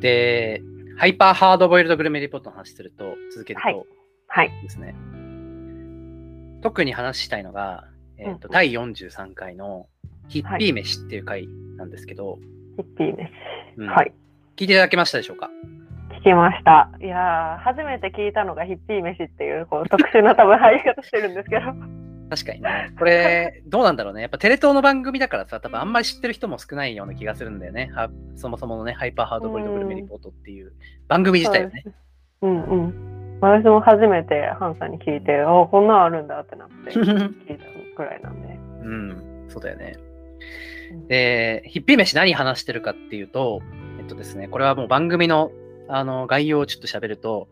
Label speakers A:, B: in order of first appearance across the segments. A: で、ハイパーハードボイルドグルメリポートの話すると、続ける
B: はい
A: と
B: はい。
A: ですね、特に話したいのが、えーと
B: うん
A: 第43回のヒッピー飯っていう回なんですけど、
B: ヒッピーです。
A: うん
B: はい。
A: 聞いていただけましたでしょうか
B: 聞きました。いやー、初めて聞いたのがヒッピー飯っていう、こう、特殊な多分入り方してるんで すけど。
A: 確かにね。これ、どうなんだろうね。やっぱテレ東の番組だからさ、多分あんまり知ってる人も少ないような気がするんだよね。はそもそものね、ハイパーハードボイルドグルメリポートっていう番組自体をね。
B: うんうん。私も初めてハンさんに聞いて、あこんなんあるんだってなって、聞いたくらいなんで。
A: うん、そうだよね
B: うん。
A: で、ヒッピー飯何話してるかっていうと、えっとですね、これはもう番組のあの概要をちょっと喋ると、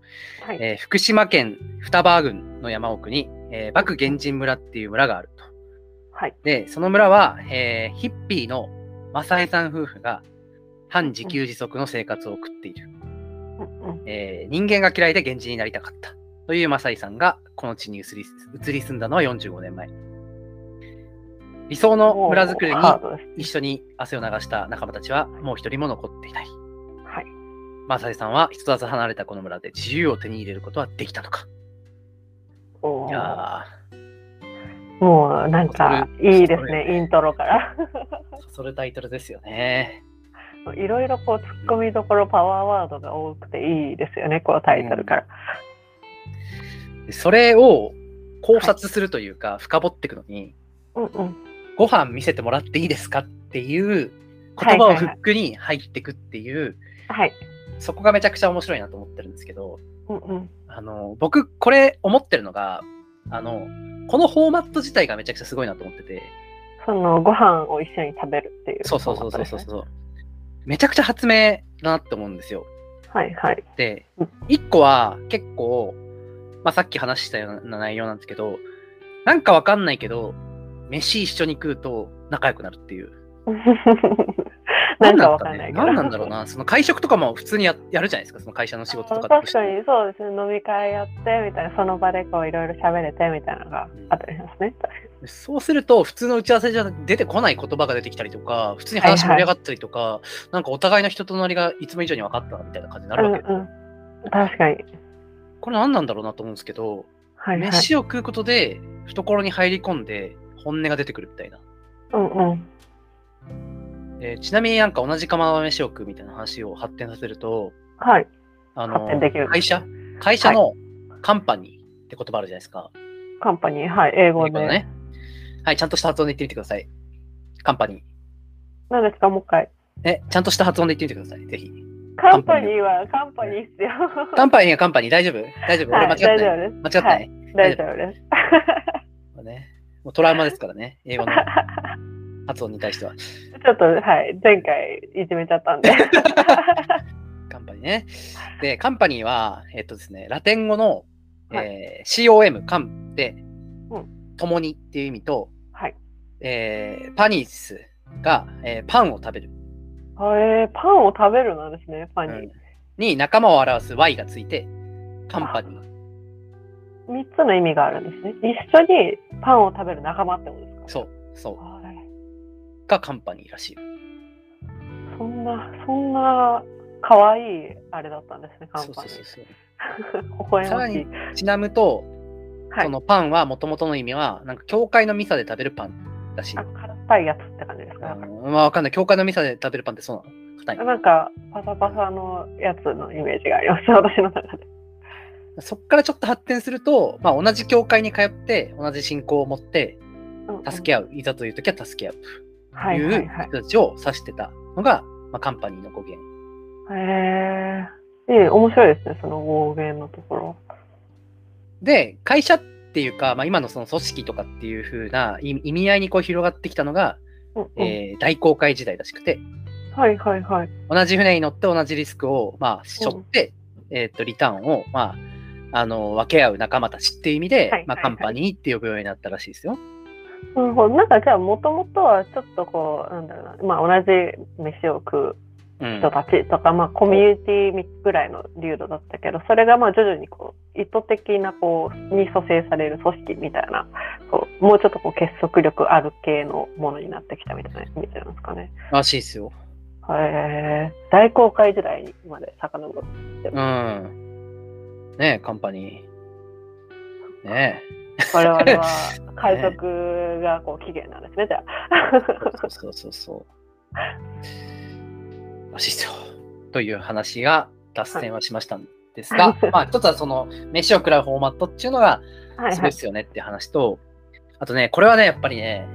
B: はい。
A: えー福島県双葉郡の山奥に、えー、幕原人村っていう村があると。
B: はい。
A: で、その村は、えーヒッピーのマサエさん夫婦が半自給自足の生活を送っている。
B: うんうん。
A: えー人間が嫌いで源氏になりたかったというマサイさんがこの地に移り移り住んだのは45年前理想の村づくりに
B: ハードです
A: 一緒に汗を流した仲間たちはもう一人も残っていない
B: はい。
A: マサイさんは人里離れたこの村で自由を手に入れることはできたのか
B: おー
A: いや
B: もうなんか
A: それ
B: いいです
A: それ
B: ね、イントロから。
A: ーそれタイトルですよね
B: いろいろこうツッコミどころパワーワードが多くていいですよね、こうタイトルから。
A: それを考察するというか、深掘っていくのに
B: うんうん。
A: ご飯見せてもらっていいですかっていう言葉
B: はいはいは
A: を
B: い
A: フックに入っていくっていう、
B: はい。
A: そこがめちゃくちゃ面白いなと思ってるんですけど、
B: うんうん。
A: あの、僕、これ思ってるのが、あの、このフォーマット自体がめちゃくちゃすごいなと思ってて、
B: そのご飯を一緒に食べるっていう、
A: そうそうそうそうそう
B: う。
A: そう、めちゃくちゃ発明だなって思うんですよ。
B: はい はい。
A: で
B: うん、
A: 一個は結構、まあ、さっき話したような内容なんですけど、なんかわかんないけど、飯一緒に食うと仲良くなるっていう。
B: なんかわかんないけど。
A: 何なんだろうな。その会食とかも普通にややるじゃないですか、その会社の仕事とかと
B: 確かにそうですね飲み会やってみたいなその場でこういろいろ喋れてみたいなのがあったりしますね、確か
A: そうすると、普通の打ち合わせじゃ出てこない言葉が出てきたりとか、普通に話盛り上がったりとか、なんかお互いの人となりがいつも以上に分かったなみたいな感じになるわけ、
B: うんうん、確かに
A: これ何なんだろうなと思うんですけど、
B: はいはい
A: 飯を食うことで懐に入り込んで本音が出てくるみたいな。
B: うんうん
A: えーちなみになんか同じ釜の飯を食うみたいな話を発展させると、
B: はい
A: あ
B: 発展できる
A: 会社会社のカンパニーって言葉あるじゃないですか。
B: カンパニーはい英語
A: 英
B: で
A: 語のね。はい、ちゃんとした発音で言ってみてください。カンパニー。
B: 何ですかもう一回
A: え、ちゃんとした発音で言ってみてください。ぜひ。
B: カンパニーはカンパニーっすよ
A: カンパニーはカンパニー、大丈夫大丈夫、
B: はい
A: 俺間違ってない。
B: 大丈
A: 間違っ
B: 夫で
A: てな
B: す
A: い、
B: はい、大丈夫です
A: もうね。もうトラウマですからね、英語の発音に対しては。
B: ちょっとはい前回いじめちゃったん で
A: カンパニーね。で、カンパニーは、えっとですね、ラテン語の、
B: はい
A: えー COM、カンで
B: うん、
A: 共にっていう意味と、
B: はい
A: えーパニスが、えーパンを食べる、
B: あえーパンを食べるなんですねパニー、
A: うんに仲間を表す Y がついて、カンパニー。
B: 三つの意味があるんですね。一緒にパンを食べる仲間ってことですか。
A: そう、そ
B: はい。
A: う、がカンパニーらしい。
B: そんなそんな可愛いあれだったんですね。カ
A: そう
B: ンパ
A: そう
B: ニー
A: そうそう。
B: 微笑ましい。
A: ちなむと、
B: はい
A: そのパンはもともとの意味は、なんか教会のミサで食べるパンらしい
B: あ
A: よ。
B: 硬いやつって感じです
A: あ
B: か。
A: のまあわかんない。教会のミサで食べるパンってそうなの硬い。
B: なんかパサパサのやつのイメージがあります。私の中で。
A: そっからちょっと発展すると、まあ、同じ教会に通って、同じ信仰を持って、助け
B: 合
A: 合う。いざという時は助け合う
B: う
A: と
B: はい
A: い
B: はいうはい。
A: 人たちを指してたのが、まあ、カンパニーの語源。
B: へえー。いい面白いですね。その語源のところ。
A: で、会社っていうか、まあ、今のその組織とかっていう風な意意味合いにこう広がってきたのが、
B: うんうん
A: えー大航海時代らしくて、
B: はいはいはい。
A: 同じ船に乗って同じリスクを、まあ、しょって、えーっと、リターンを、まあ、あの、分け合う仲間たちっていう意味で、
B: はい
A: まあ、
B: はい
A: カ
B: はい
A: ンパニーって呼ぶようになったらしいですよ。
B: なるほど。なんかじゃあもともとはちょっとこうなんだろうな。まあ同じ飯を食う。
A: うん
B: 人。たちとか、まあ、コミュニティぐらいの流度だったけどそれがまあ徐々にこう意図的なこうに蘇生される組織みたいなこうもうちょっとこう結束力ある系のものになってきたみたいな意味じゃないですかね。
A: らしいですよ。
B: へへえ大航海時代まで遡る
A: うん。ねえ、カンパニー。ね
B: 我々は海賊がこう起源なんですねじゃ
A: え。そうそうそうそう。らしいですよ。という話が脱線はしましたんですが、まあ、一つはその、飯を食らうフォーマットっていうのが、
B: あはい
A: す
B: は
A: ごいで
B: い
A: すよねって話と、あとね、これはね、やっぱりね、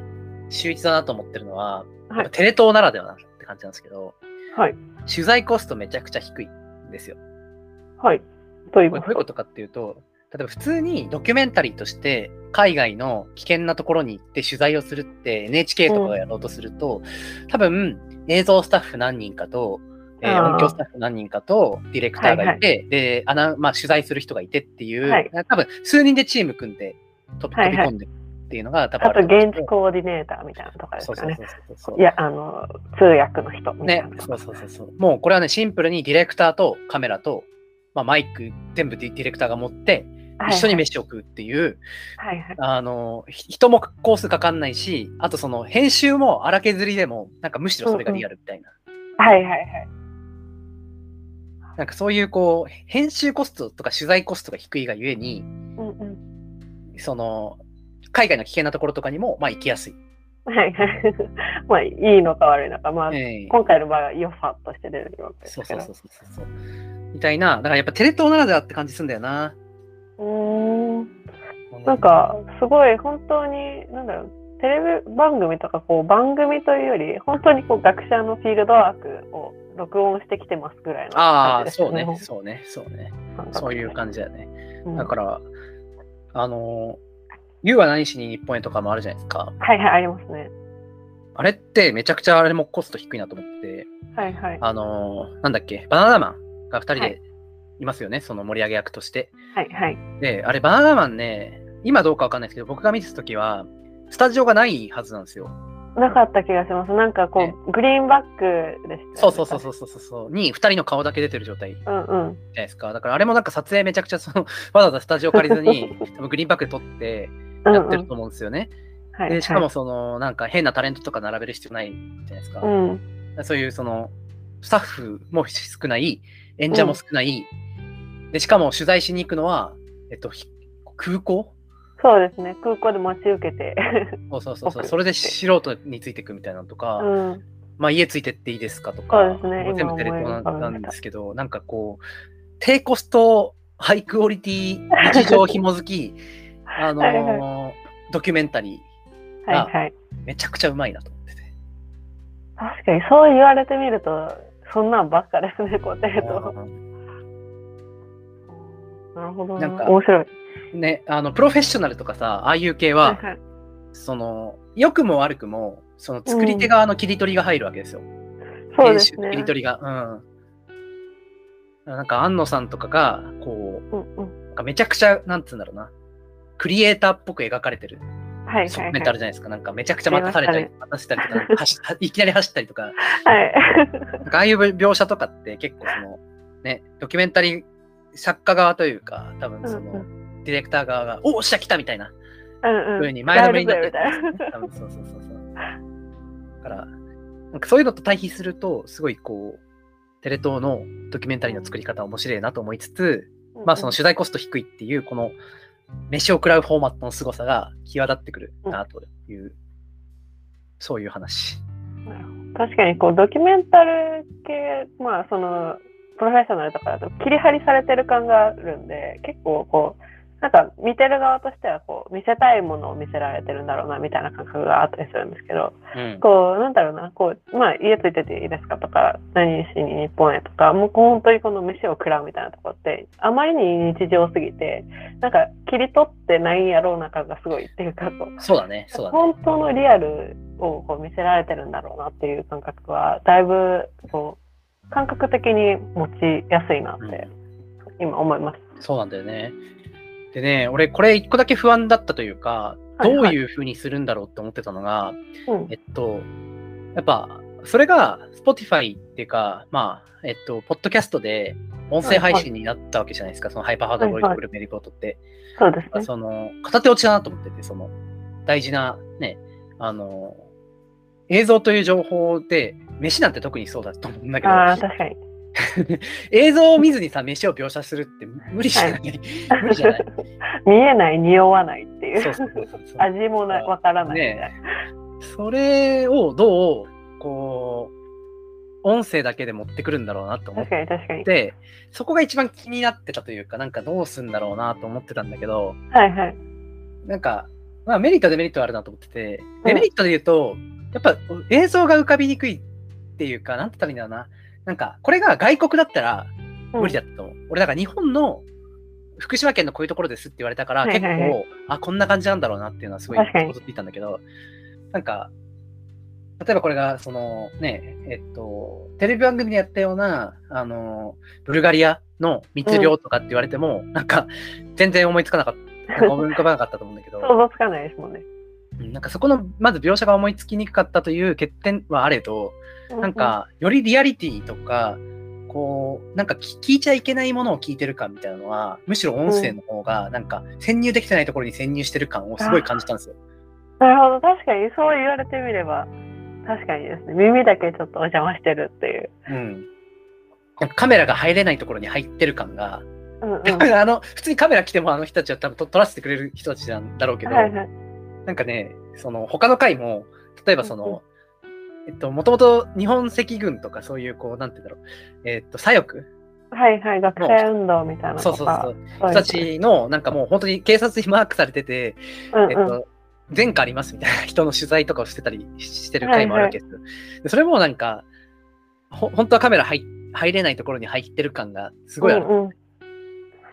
A: 秀逸だなと思ってるのは、やっぱ
B: はい
A: テレ東ならではなって感じなんですけど、
B: はい
A: 取材コストめちゃくちゃ低いんですよ。
B: はいと言い
A: これどう
B: ま
A: い
B: す
A: うことかっていうと、例えば普通にドキュメンタリーとして海外の危険なところに行って取材をするって NHK とかがやろうとすると、多分映像スタッフ何人かと、えー
B: あー
A: 音響スタッフ何人かとディレクターがいて、でアナまあ、取材する人がいてっていう、
B: はい
A: 多分数人でチーム組んで飛び
B: はい
A: 飛
B: はい
A: び込んでっていうのが多分
B: あ
A: あ
B: と
A: ると思うん
B: 現
A: です
B: 地
A: よ
B: コーディネーターみたいなとかです
A: そう
B: か
A: そう
B: ね
A: そうそうそう
B: いやあの通訳の人みたい
A: ね
B: な、
A: そうそうそうそう。もうこれはね、シンプルにディレクターとカメラと、まあ、マイク全部ディディレクターが持って、一緒に飯を食うっていう、
B: はいはい
A: あの、ひ人もコースかかんないし、あとその編集も荒削りでも、なんかむしろそれがリアルみたいな。
B: はいはいはい
A: なんかそういうこう、編集コストとか取材コストが低いがゆえに、
B: うんうん
A: その、海外の危険なところとかにも、まあ行きやすい。
B: はい はいまあいいのか悪いのかまあ
A: ええ
B: 今回の場合は良さとして出るわけです
A: そう
B: け
A: そうそ
B: ど
A: うそうそうそう。みたいな、だからやっぱテレ東ならではって感じするんだよな。
B: うーんなんかすごい本当になんだろうテレビ番組とかこう番組というより本当にこう学者のフィールドワークを録音してきてますぐらいの
A: あ
B: 感
A: あ、
B: じです
A: そうね
B: 日本、
A: そうね、そうね。
B: 感覚的に
A: そういう感じだよね。
B: うん
A: だから、あのー、言うは何しに日本へとかもあるじゃないですか。
B: はいはいありますね
A: あれってめちゃくちゃあれもコスト低いなと思って、
B: はいはい
A: あのー、なんだっけ、バナナマンが2人
B: は
A: で
B: い
A: いますよね、その盛り上げ役として。
B: はいはい
A: で、あれ、バナナマンね、今どうかわかんないですけど、僕が見てたときは、スタジオがないはずなんですよ。
B: なかった気がしますなんかこ
A: ね
B: うグリーンバックでしたよね
A: そうそうそうそうそうそう。に2人の顔だけ出てる状態じゃ
B: うんうん
A: ないですか。だからあれもなんか撮影めちゃくちゃその、 わざわざスタジオ借りず に、多分グリーンバックで撮って
B: うん
A: や
B: う
A: ってる
B: ん
A: と思うんですよね。
B: はいは
A: で
B: い
A: しかもそのなんか変なタレントとか並べる必要ないじゃないですか、
B: うん
A: そういうそのスタッフも少ない演者も少ない、でしかも取材しに行くのは、えっと、ひ空港
B: そうですね空港で待ち受け て
A: そうそうそうそう
B: 僕
A: それで素人についていくみたいなのとか、
B: うん
A: まあ、家ついてっていいですかとか
B: そうですね
A: も全部テレ
B: 今思い
A: 東
B: 浮かべました
A: なんですけどなんかこう低コストハイクオリティ日常紐づきあのー
B: はい
A: ドキュメンタリ
B: はいはい
A: ーめちゃくちゃうまいなと思 ってて。
B: 確かにそう言われてみるとそんなんばっかですねこうテレ東なるほどな
A: なんか
B: 面白い
A: ね、あのプロフェッショナルとかさああいう系は、
B: はいはい
A: その良くも悪くもその作り手側の切り取りが入るわけですよ、
B: そう
A: 編
B: で
A: 集
B: す
A: の
B: ね
A: 切り取りがうんなんか安野さんとかがこ
B: うんうん
A: うなんかめちゃくちゃなんつうんだろうなクリエイターっぽく描かれてる
B: はい
A: 側
B: は
A: 面ってあ
B: いはい
A: るじゃないですか、なんかめちゃくちゃ待たされたり
B: あり
A: 待たせたりと かなんか走っいきなり走ったりとか
B: はい
A: なんかああいう描写とかって結構そのねドキュメンタリー作家側というか多分その、
B: うんう
A: ディレクター側が「おおっしゃ来た!」みたいな
B: うん
A: ふ
B: う
A: うんに前のめりになって
B: みたいな
A: 多分そうそうそうそう。だから、なんかそういうのと対比すると、すごいこう、テレ東のドキュメンタリーの作り方面白いなと思いつつ、まあその取材コスト低いっていう、この飯を食らうフォーマットの凄さが際立ってくるなという、そういう話。
B: 確かにこうドキュメンタル系まあそのプロフェッショナルとかだと切り張りされてる感があるんで結構こうなんか見てる側としてはこう見せたいものを見せられてるんだろうなみたいな感覚があったりするんですけど
A: うん。
B: こうなんだろうなこう、まあ、家ついてていいですかとか何しに日本へとかもう本当にこの飯を食らうみたいなところってあまりに日常すぎてなんか切り取ってないんやろうな感がすごいっていうかこう
A: そうだね、そうだね。
B: 本当のリアルをこう見せられてるんだろうなっていう感覚はだいぶこう感覚的に持ちやすいなって今思います。
A: そうなんだよね。でね、俺、これ一個だけ不安だったというか、
B: はい
A: ど
B: はいう
A: いうふうにするんだろうって思ってたのが、
B: うん
A: えっと、やっぱ、それが Spotify っていうか、まあ、えっと、ポッドキャストで音声配信になったわけじゃないですか、そのハイパーハードボイルドグルメリポートって。
B: そうですね。
A: その、片手落ちだなと思ってて、その、大事なね、あの、映像という情報で飯なんて特にそうだと思うんだけど、
B: ああ、確かに。
A: 映像を見ずにさ、飯を描写するって無理じゃない、無理じゃない
B: 見えない、匂わないっていう。
A: そうそうそうそう
B: 味もなわからないみたいな。
A: ねえそれをどう、こう、音声だけで持ってくるんだろうなと思っ
B: 確かに確かに。
A: て、そこが一番気になってたというか、なんかどうすんだろうなと思ってたんだけど、
B: はいはい。
A: なんか、まあ、メリット、デメリットはあるなと思ってて、デメリットで言うと、やっぱ映像が浮かびにくいっていうか、なんて言ったらいいんだろうな。なんか、これが外国だったら無理だったと思う。俺、だから日本の福島県のこういうところですって言われたから、
B: はいは
A: 結
B: いはい
A: 構、あ、こんな感じなんだろうなっていうのはすごい
B: 確かに
A: 想像ついたんだけど、なんか、例えばこれが、そのね、えっと、テレビ番組でやったような、あの、ブルガリアの密漁とかって言われても、なんか、全然思いつかなかった、なんか思い浮かばなかったと思うんだけど、
B: 想像つかないですもんね。
A: うんなんかそこのまず描写が思いつきにくかったという欠点はあれど、なんかよりリアリティとか、こう、なんか聞聞いちゃいけないものを聞いてる感みたいなのは、むしろ音声の方が、なんか潜入できてないところに潜入してる感をすごい感じたんですよ。
B: うんうん。なるほど、確かにそう言われてみれば、確かにですね。耳だけちょっとお邪魔してるっていう。
A: うん。なんかカメラが入れないところに入ってる感が、
B: うんうん。
A: 多分あの、普通にカメラ来てもあの人たちは多分と撮らせてくれる人たちなんだろうけど、
B: はいはい。
A: なんかね、その他の回も、例えばそ
B: うんうん
A: の、えっと、もともと日本赤軍とかそういう、こう、なんて言うんだろう、えっと、左翼
B: はいはい、学生運動みたいなの
A: そう
B: と
A: そう
B: か。
A: そう、人
B: そういう
A: たちの、なんかもう本当に警察にマークされてて、
B: うんうん
A: えっと、前科ありますみたいな 人の取材とかをしてたりしてる回もあるわけですよ。でそれもなんか、ほ本当はカメラ入入れないところに入ってる感がすごいある。
B: うんうん、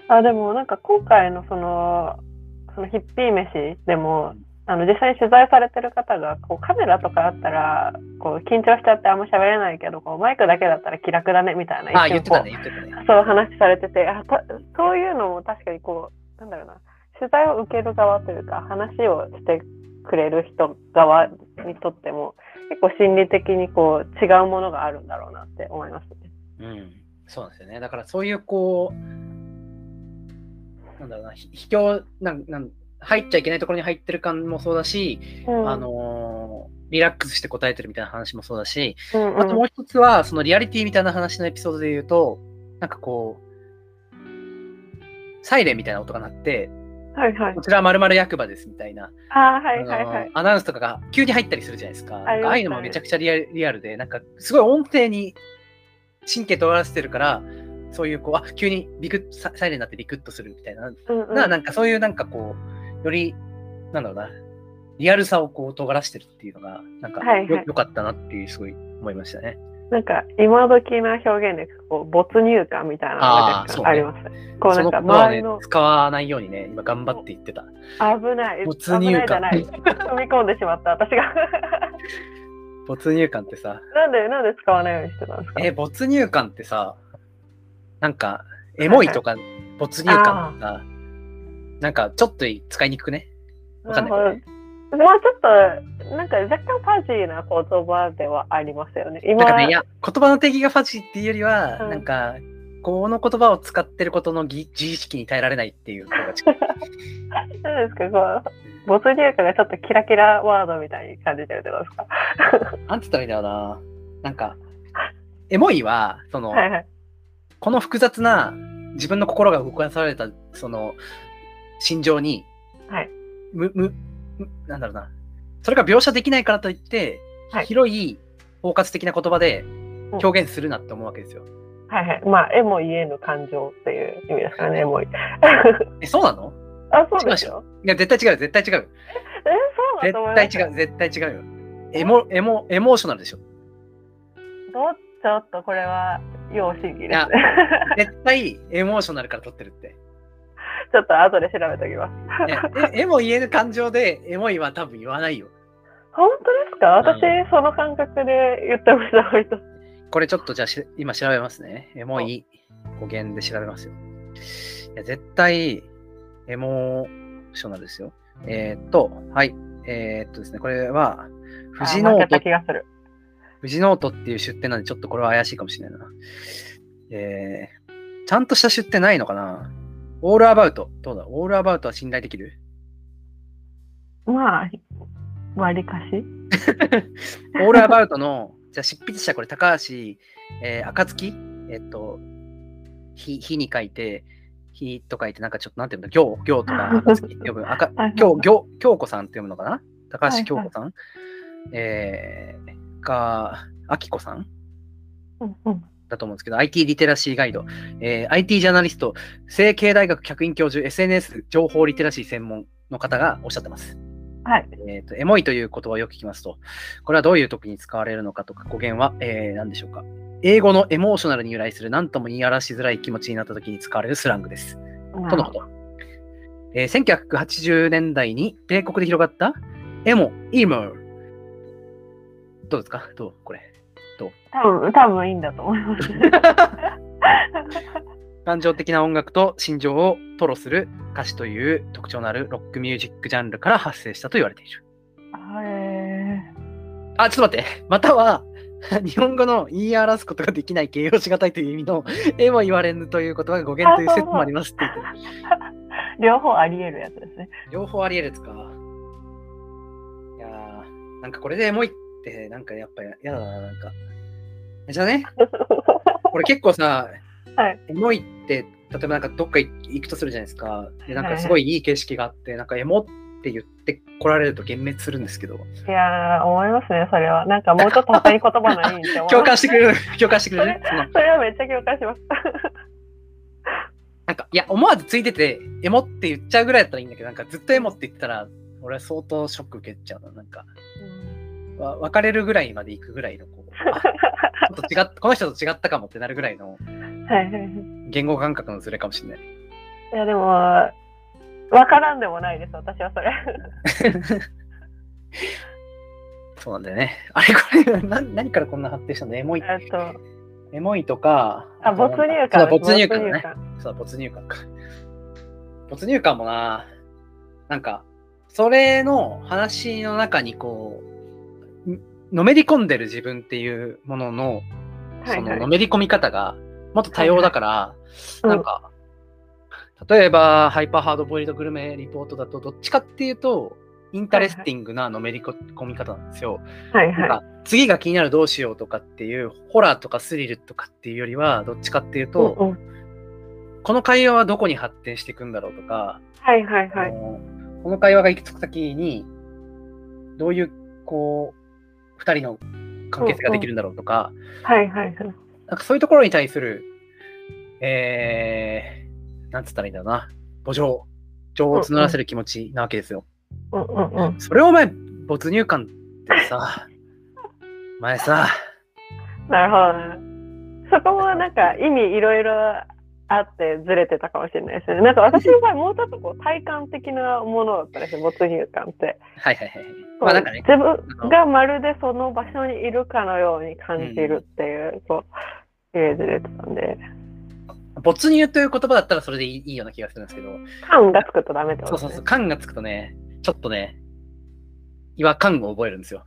B: あでもなんか今回のそのそのヒッピー飯でもあの実際に取材されてる方がこうカメラとかあったらこう緊張しちゃってあんま喋れないけどこうマイクだけだったら気楽だねみたいな
A: ああ、
B: 一
A: 言
B: 瞬
A: ってた
B: こ
A: ね、言ってたね。
B: うそう話されててあたそういうのも確かにこうなんだろうな取材を受ける側というか話をしてくれる人側にとっても結構心理的にこう違うものがあるんだろうなって思います
A: う
B: ね。
A: ん、そうなんですよね。だからそういうこう、なんだろうな、ひ卑怯なんなん、入っちゃいけないところに入ってる感もそうだし、
B: うん
A: あのーリラックスして答えてるみたいな話もそうだし、
B: うんうん
A: あともう一つは、そのリアリティみたいな話のエピソードで言うと、なんかこう、サイレンみたいな音が鳴って、
B: はいはい
A: こちらまる役場ですみたいな、
B: あーは
A: あ
B: い
A: の
B: はいはい
A: ー。アナウンスとかが急に入ったりするじゃないですか。
B: あ
A: なん
B: りますね
A: かああいうのもめちゃくちゃリアルリアルで、なんかすごい音程に神経とがらせてるから、そういうこう、あ急にビクッササイレンになってビクッとするみたいな、
B: うんうん
A: ななんかそういうなんかこう、より、なんだろうな、リアルさをこう尖らしてるっていうのが、なんかよ,、
B: はいはい
A: かったなっていう、すごい思いましたね。
B: なんか今時な表現でこう没入感みたいなのが
A: あー
B: 若
A: そう
B: 干
A: ね
B: ありますこう
A: そ
B: なん
A: の
B: か
A: 言葉を
B: 周り
A: ね
B: の、
A: 使わないようにね、今頑張って言ってた。
B: 危ない
A: 没入
B: 危
A: 感
B: ないじゃない踏み込んでしまった私が
A: 没入感ってさ、
B: なんでなんで使わないようにしてたんですか
A: え、没入感ってさ、なんか、エモいとか、没入感とか、なんか、ちょっと使いにくくね。わかんないけどね。
B: どもうちょっとなんか若干パジーな言葉ではありますよね
A: な
B: 今
A: んかね、いや、言葉の定義がファジーっていうよりは、
B: うん
A: なんか、この言葉を使ってることのぎ自意識に耐えられないっていうのが 近い
B: なんですかこう没入感がちょっとキラキラワードみたいに感じてるってことですか
A: なんて言ったらいいんだろうな。なんか、エモいは、その、
B: はいはい
A: この複雑な自分の心が動かされたその心情に、
B: はい
A: むむむなんだろうなそれが描写できないからといって、
B: はい
A: 広い包括的な言葉で表現するなって思うわけですよ。
B: はいはいまあ絵も言えぬ感情っていう意味ですからねエモい
A: えそうなの
B: あそうですよ
A: いや絶対違うよ絶対違うよ
B: えそうだと思います
A: 絶対違う絶対違うよ。エモエモエモーショナルで しょ。
B: どちょっとこれは要審議
A: い
B: で
A: や
B: すね
A: 絶対エモーショナルから取ってるって。
B: ちょっと後で調べておきます
A: ねえエモ言える感情でエモいは多分言わないよ。
B: 本当ですか私、
A: う
B: その感覚で言ってました割と
A: これちょっとじゃあし今調べますね。エモい語源で調べますよ。いや絶対エモーショナルですよ。えーっと、はい。えーっとですね、これは、フ
B: あ
A: ジノ
B: 負
A: ー
B: けた
A: ト、
B: 気がする
A: フジノートっていう出典なんで、ちょっとこれは怪しいかもしれないな。えー、ちゃんとした出典ないのかなオールアバウト。どうだオールアバウトは信頼できる
B: まあ割りかし
A: オールアバウトのじゃあ執筆者これ高橋、えー、暁えっと、ひ、ひに書いて、ひと書いて、なんかちょっとなんていうんだ、行、行とか、 暁って呼ぶ、あか
B: はい、
A: 行、行、京子さんって読むのかな高
B: はい
A: 橋京子さん、えー、か、あきこさん
B: うんうん
A: だと思うんですけど、IT リテラシーガイド、えー IT ジャーナリスト、成慶大学客員教授、SNS 情報リテラシー専門の方がおっしゃってます。
B: はい。
A: えーとエモいという言葉をよく聞きますと、これはどういう時に使われるのかとか、語源は、えー何でしょうか。英語のエモーショナルに由来する何とも言い表しづらい気持ちになった時に使われるスラングです。とのこと。えー1980年代に米国で広がったエモ、イモどうですかどうこれ。
B: 多分、多分いいんだと思 います。
A: 感情的な音楽と心情を吐露する歌詞という特徴のあるロックミュージックジャンルから発生したと言われている。
B: へ
A: あ、ちょっと待って。または、 日本語の言い表すことができない形容しがたいという意味の、絵も言われぬという言葉が語源という説もありますって言ってる
B: ー両方あり得るやつですね。
A: 両方あり得るですか。いやー、なんかこれでエモいって、なんかやっぱやだな、なんか。じゃあ ね、これ結構さ、
B: はい
A: エモいって、例えばなんかどっか行くとするじゃないですか。で、なんかすごいいい景色があって、なんかエモって言って来られると幻滅するんですけど、
B: いやー、思いますね、それは。なんかもうちょっと他に言葉ないって思
A: 共
B: います。
A: 感してくれる、共感してくれるね。 その
B: それはめっちゃ共感します。
A: なんか、いや、思わずついてて、エモって言っちゃうぐらいだったらいいんだけど、なんかずっとエモって言ってたら、俺は相当ショック受けちゃうな。なんか、わ別れるぐらいまで行くぐらいの、こう、あちょっと違っこの人と違ったか もってなるぐらいの
B: はいはいはい。
A: 言語感覚のズレかもしれない。
B: いや、でも、わからんでもないです、私はそれ。
A: そうなんだよね。あれこれ、な何からこんな発展したのエモい。
B: えっと、
A: エモいとか、
B: あ、
A: とな
B: 没
A: んか
B: 入
A: そうだ
B: 感です。
A: 没入感だね。
B: 感。
A: そうだ、没入感か。没入感もな、なんか、それの話の中にこう、んのめり込んでる自分っていうものの、
B: はい
A: その
B: はい
A: の。めり込み方がもっと多様だから、
B: いはい
A: なんか、例えば、ハイパーハードボイルドグルメリポートだと、どっちかっていうと、インタレスティングなのめり込み方なんですよ。
B: はい
A: なん
B: はい
A: か、次が気になるどうしようとかっていう、ホラーとかスリルとかっていうよりは、どっちかっていうと、
B: うんうん
A: この会話はどこに発展していくんだろうとか、
B: はいはいは
A: あ
B: い。
A: のこの会話が行き着く先に、どういう、こう、2人の関係性ができるんだろうとか、
B: はいはいはい。
A: なんかそういうところに対する、えー、なんつったらいいんだろうな、母情、情を募らせる気持ちなわけですよ。
B: うんうんうん。
A: それをお前、没入感ってさ、お前さ、
B: なるほどね。そこもなんか意味いろいろあってずれてたかもしれないですよね。なんか私の場合もうちょっとこう体感的なものだったんですよ、没入感って。
A: はいはい はい。まあなんかね、
B: 自分がまるでその場所にいるかのように感じるっていう、こう、イメージで出てたんで、
A: 没入という言葉だったらそれでいいいいような気がするんですけど、
B: 感がつくとダメってこ
A: そう
B: と
A: そう
B: で
A: そ
B: す
A: う、
B: ね。
A: 感がつくとね、ちょっとね、違和感を覚えるんですよ。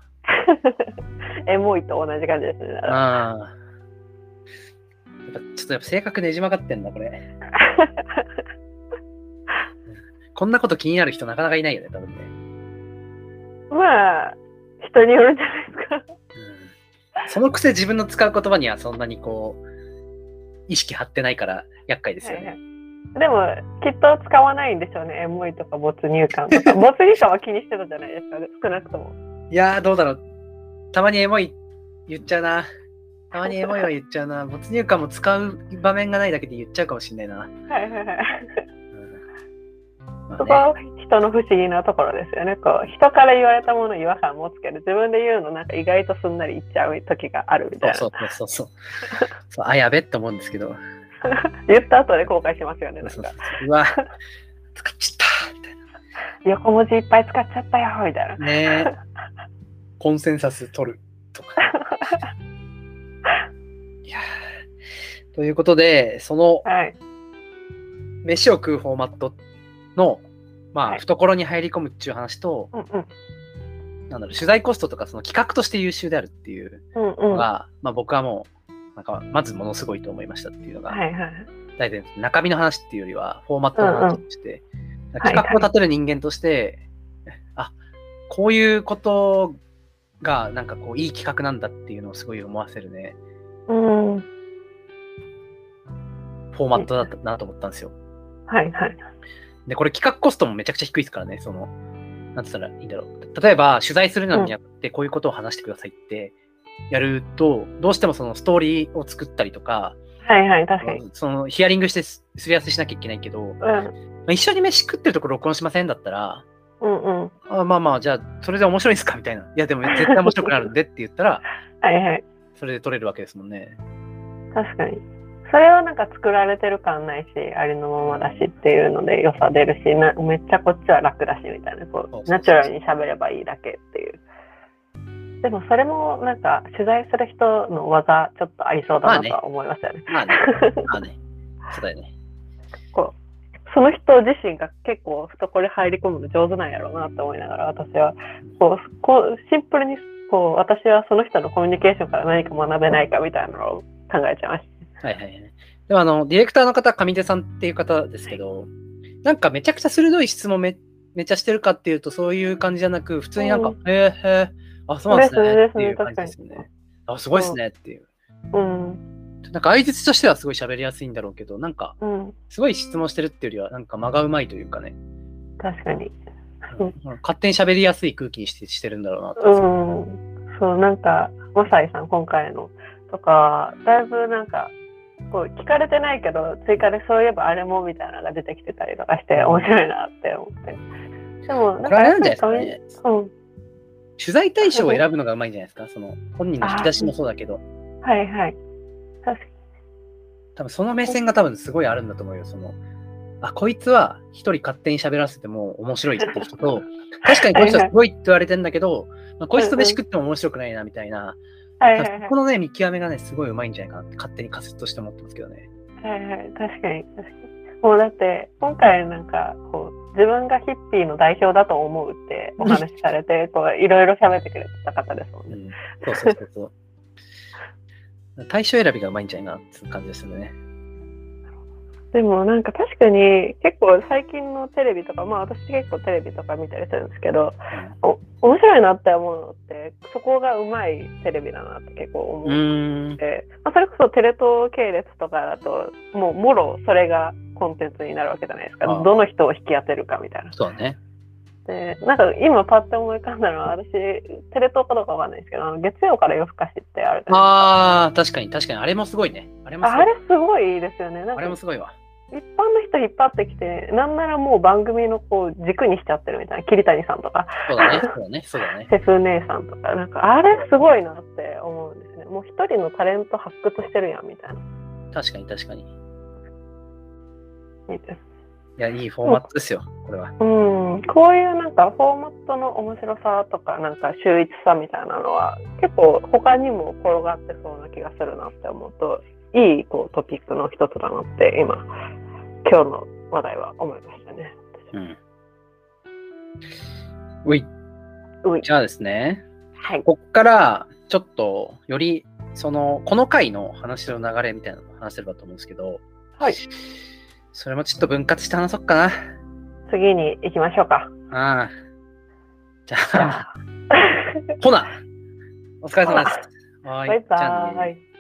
B: エモいと同じ感じですね。
A: ああ。やっぱちょっとやっぱ性格ねじ曲がってんだ、これ。こんなこと気になる人なかなかいないよね、多分ね。
B: まあ、人によるんじゃないですか。
A: うん、そのくせ自分の使う言葉にはそんなにこう、意識張ってないから厄介ですよね。
B: でも、きっと使わないんでしょうね。エモいとか没入感と か。没入感は気にしてたじゃないですかね。少なくとも。
A: いやー、どうだろう。たまにエモい言っちゃうな。たまにエモいは言っちゃうな。没入感も使う場面がないだけで言っちゃうかもしんないな。
B: はいはいはい。
A: うん
B: そこ
A: まあね
B: は人の不思議なところですよね。こう、人から言われたものに違和感持つけど、自分で言うのなんか意外とすんなり言っちゃう時があるみたいな。
A: そうそうそうそう。そうあ、やべって思うんですけど。
B: 言った後で後悔しますよね。なん
A: そうそう
B: か
A: そううわ、使っちゃったみたい
B: 横文字いっぱい使っちゃったよ、みたいな。
A: な。ねえコンセンサス取るとか。いやーということで、その
B: はい。
A: 飯を食うフォーマットの、ま
B: は
A: あ、
B: い
A: 懐に入り込むっていう話と、
B: うんうん。
A: なんだろう、取材コストとか、その企画として優秀であるっていう
B: うんう
A: の
B: ん。は
A: が、まあ僕はもう、なんか、まずものすごいと思いましたっていうの
B: い
A: が、
B: はい。
A: 大体中身の話っていうよりはフォーマットの話として、
B: ん
A: 企画を立てる人間として、あこういうことが、なんかこう、いい企画なんだっていうのをすごい思わせるね、
B: うん。はい
A: フォーマットだったなと思ったんですよ。
B: はい。
A: で、これ企画コストもめちゃくちゃ低いですからね、その、なんつったらいいんだろう。例えば、取材するのにあって、こういうことを話してくださいって、やると、どうしてもそのストーリーを作ったりとか、
B: はいはい、確かに。
A: そのヒアリングしてすすり合わせしなきゃいけないけど、ま
B: うん。
A: あ一緒に飯食ってるとこ録音しませんだったら、
B: うんうん。
A: あまあまあ、じゃあ、それで面白いですかみたいな。いや、でも絶対面白くなるんでって言ったら、
B: はいはい。
A: それで取れるわけですもんね。
B: 確かに。それはなんか作られてる感ないし、ありのままだしっていうので良さ出るし、なめっちゃこっちは楽だしみたいな、
A: そう
B: こ
A: そうそう
B: う、ナチュラルに喋ればいいだけっていう。でもそれもなんか取材する人の技ちょっとありそうだなとは思いますよね。
A: まあね、まあね、そうだよね。
B: こうその人自身が結構懐に入り込むの上手なんやろうなと思いながら私はこうこうシンプルにこう私はその人のコミュニケーションから何か学べないかみたいなのを考えちゃいまし
A: はいはいはい。でもあの、ディレクターの方、上出さんっていう方ですけど、なんかめちゃくちゃ鋭い質問めめちゃしてるかっていうと、そういう感じじゃなく、普通になんか、
B: う
A: へえへえ、あ、そうなんです
B: そう
A: ね
B: で
A: っ
B: す
A: て
B: ね
A: いう感じですよね。あ、すごいですねっていう。
B: た。うん
A: なんか相槌としてはすごい喋りやすいんだろうけど、なんか、
B: うん、
A: すごい質問してるっていうよりは、なんか間がうまいというかね、
B: 確かに、
A: う
B: うん
A: ん勝手に喋りやすい空気にしてしてるんだろうな
B: う
A: と。
B: ん、そうなんかマサイさん今回のとかだいぶなんかこう聞かれてないけど追加でそういえばあれもみたいなのが出てきてたりとかして面白いなって思ってでもな
A: こ
B: ん
A: れ
B: か
A: あれ
B: や
A: な
B: っ
A: んじ
B: ぱ
A: ゃ
B: りコミュ
A: ない
B: ニ
A: ですかね。
B: うん
A: 取材対象を選ぶのがうまいんじゃないですか。その本人の引き出しもそうだけど、
B: はいはい確かに
A: 多分その目線が多分すごいあるんだと思うよ。そのあこいつは一人勝手に喋らせても面白いって人と、 確かにこの人はすごいって言われてんだけど、まあ、こいつと飯食っても面白くないなみたいな、
B: はい
A: 多
B: はい
A: 分
B: は
A: そ
B: い
A: このね、見極めがね、すごいうまいんじゃないかなって勝手に仮説として思ってますけどね。
B: はいはい、確かに確かに。もうだって今回なんかこう自分がヒッピーの代表だと思うってお話しされてこういろいろ喋ってくれた方ですもん
A: う
B: ね。
A: ん、そうそうそうそう。対象選びがう まいんじゃないかなっていう感じですよね。
B: でもなんか確かに結構最近のテレビとかまあ私結構テレビとか見たりするんですけどお面白いなって思うのってそこがうまいテレビだなって結構思
A: う。
B: うん
A: うーん。
B: で、まあ、それこそテレ東系列とかだともうもろそれがコンテンツになるわけじゃないですか
A: ああ
B: どの人を引き当てるかみたいな。
A: そうだね。
B: でなんか今パッて思い浮かんだのは私テレ東かどうかわかんないですけどあの月曜から夜更かしってあるじゃない
A: ああ、確かに確かに。あれもすごいね。あれもす
B: あ
A: ごい。
B: あれすごいいいですよねなん
A: あ
B: か
A: れも
B: 一
A: すごいわ。
B: 般の人引っ張ってきてなんならもう番組のこう軸にしちゃってるみたいな桐谷さんとか
A: そうだね。そうだね。そうだね。
B: セフ姉さんとかなんかあれすごいなって思うんですねもう一人のタレント発掘してるやんみたいな
A: 確かに確かに。い
B: いいです
A: や、いいフォーマットですよ。これは。
B: うんこういうなんかフォーマットの面白さとかなんか秀逸さみたいなのは結構他にも転がってそうな気がするなって思うといいこうトピックの一つだなって今今日の話題は思いましたね。
A: うん。うい。
B: うい
A: じゃあですね、
B: はい、
A: こっからちょっとより、その、この回の話の流れみたいなのを話せればと思うんですけど、
B: はい、
A: それもちょっと分割して話そうか
B: 次に行きましょうか。
A: な。ああ。じゃあ、
B: は
A: ほなお疲れ様です。は
B: バイ
A: じゃあね
B: バーイ。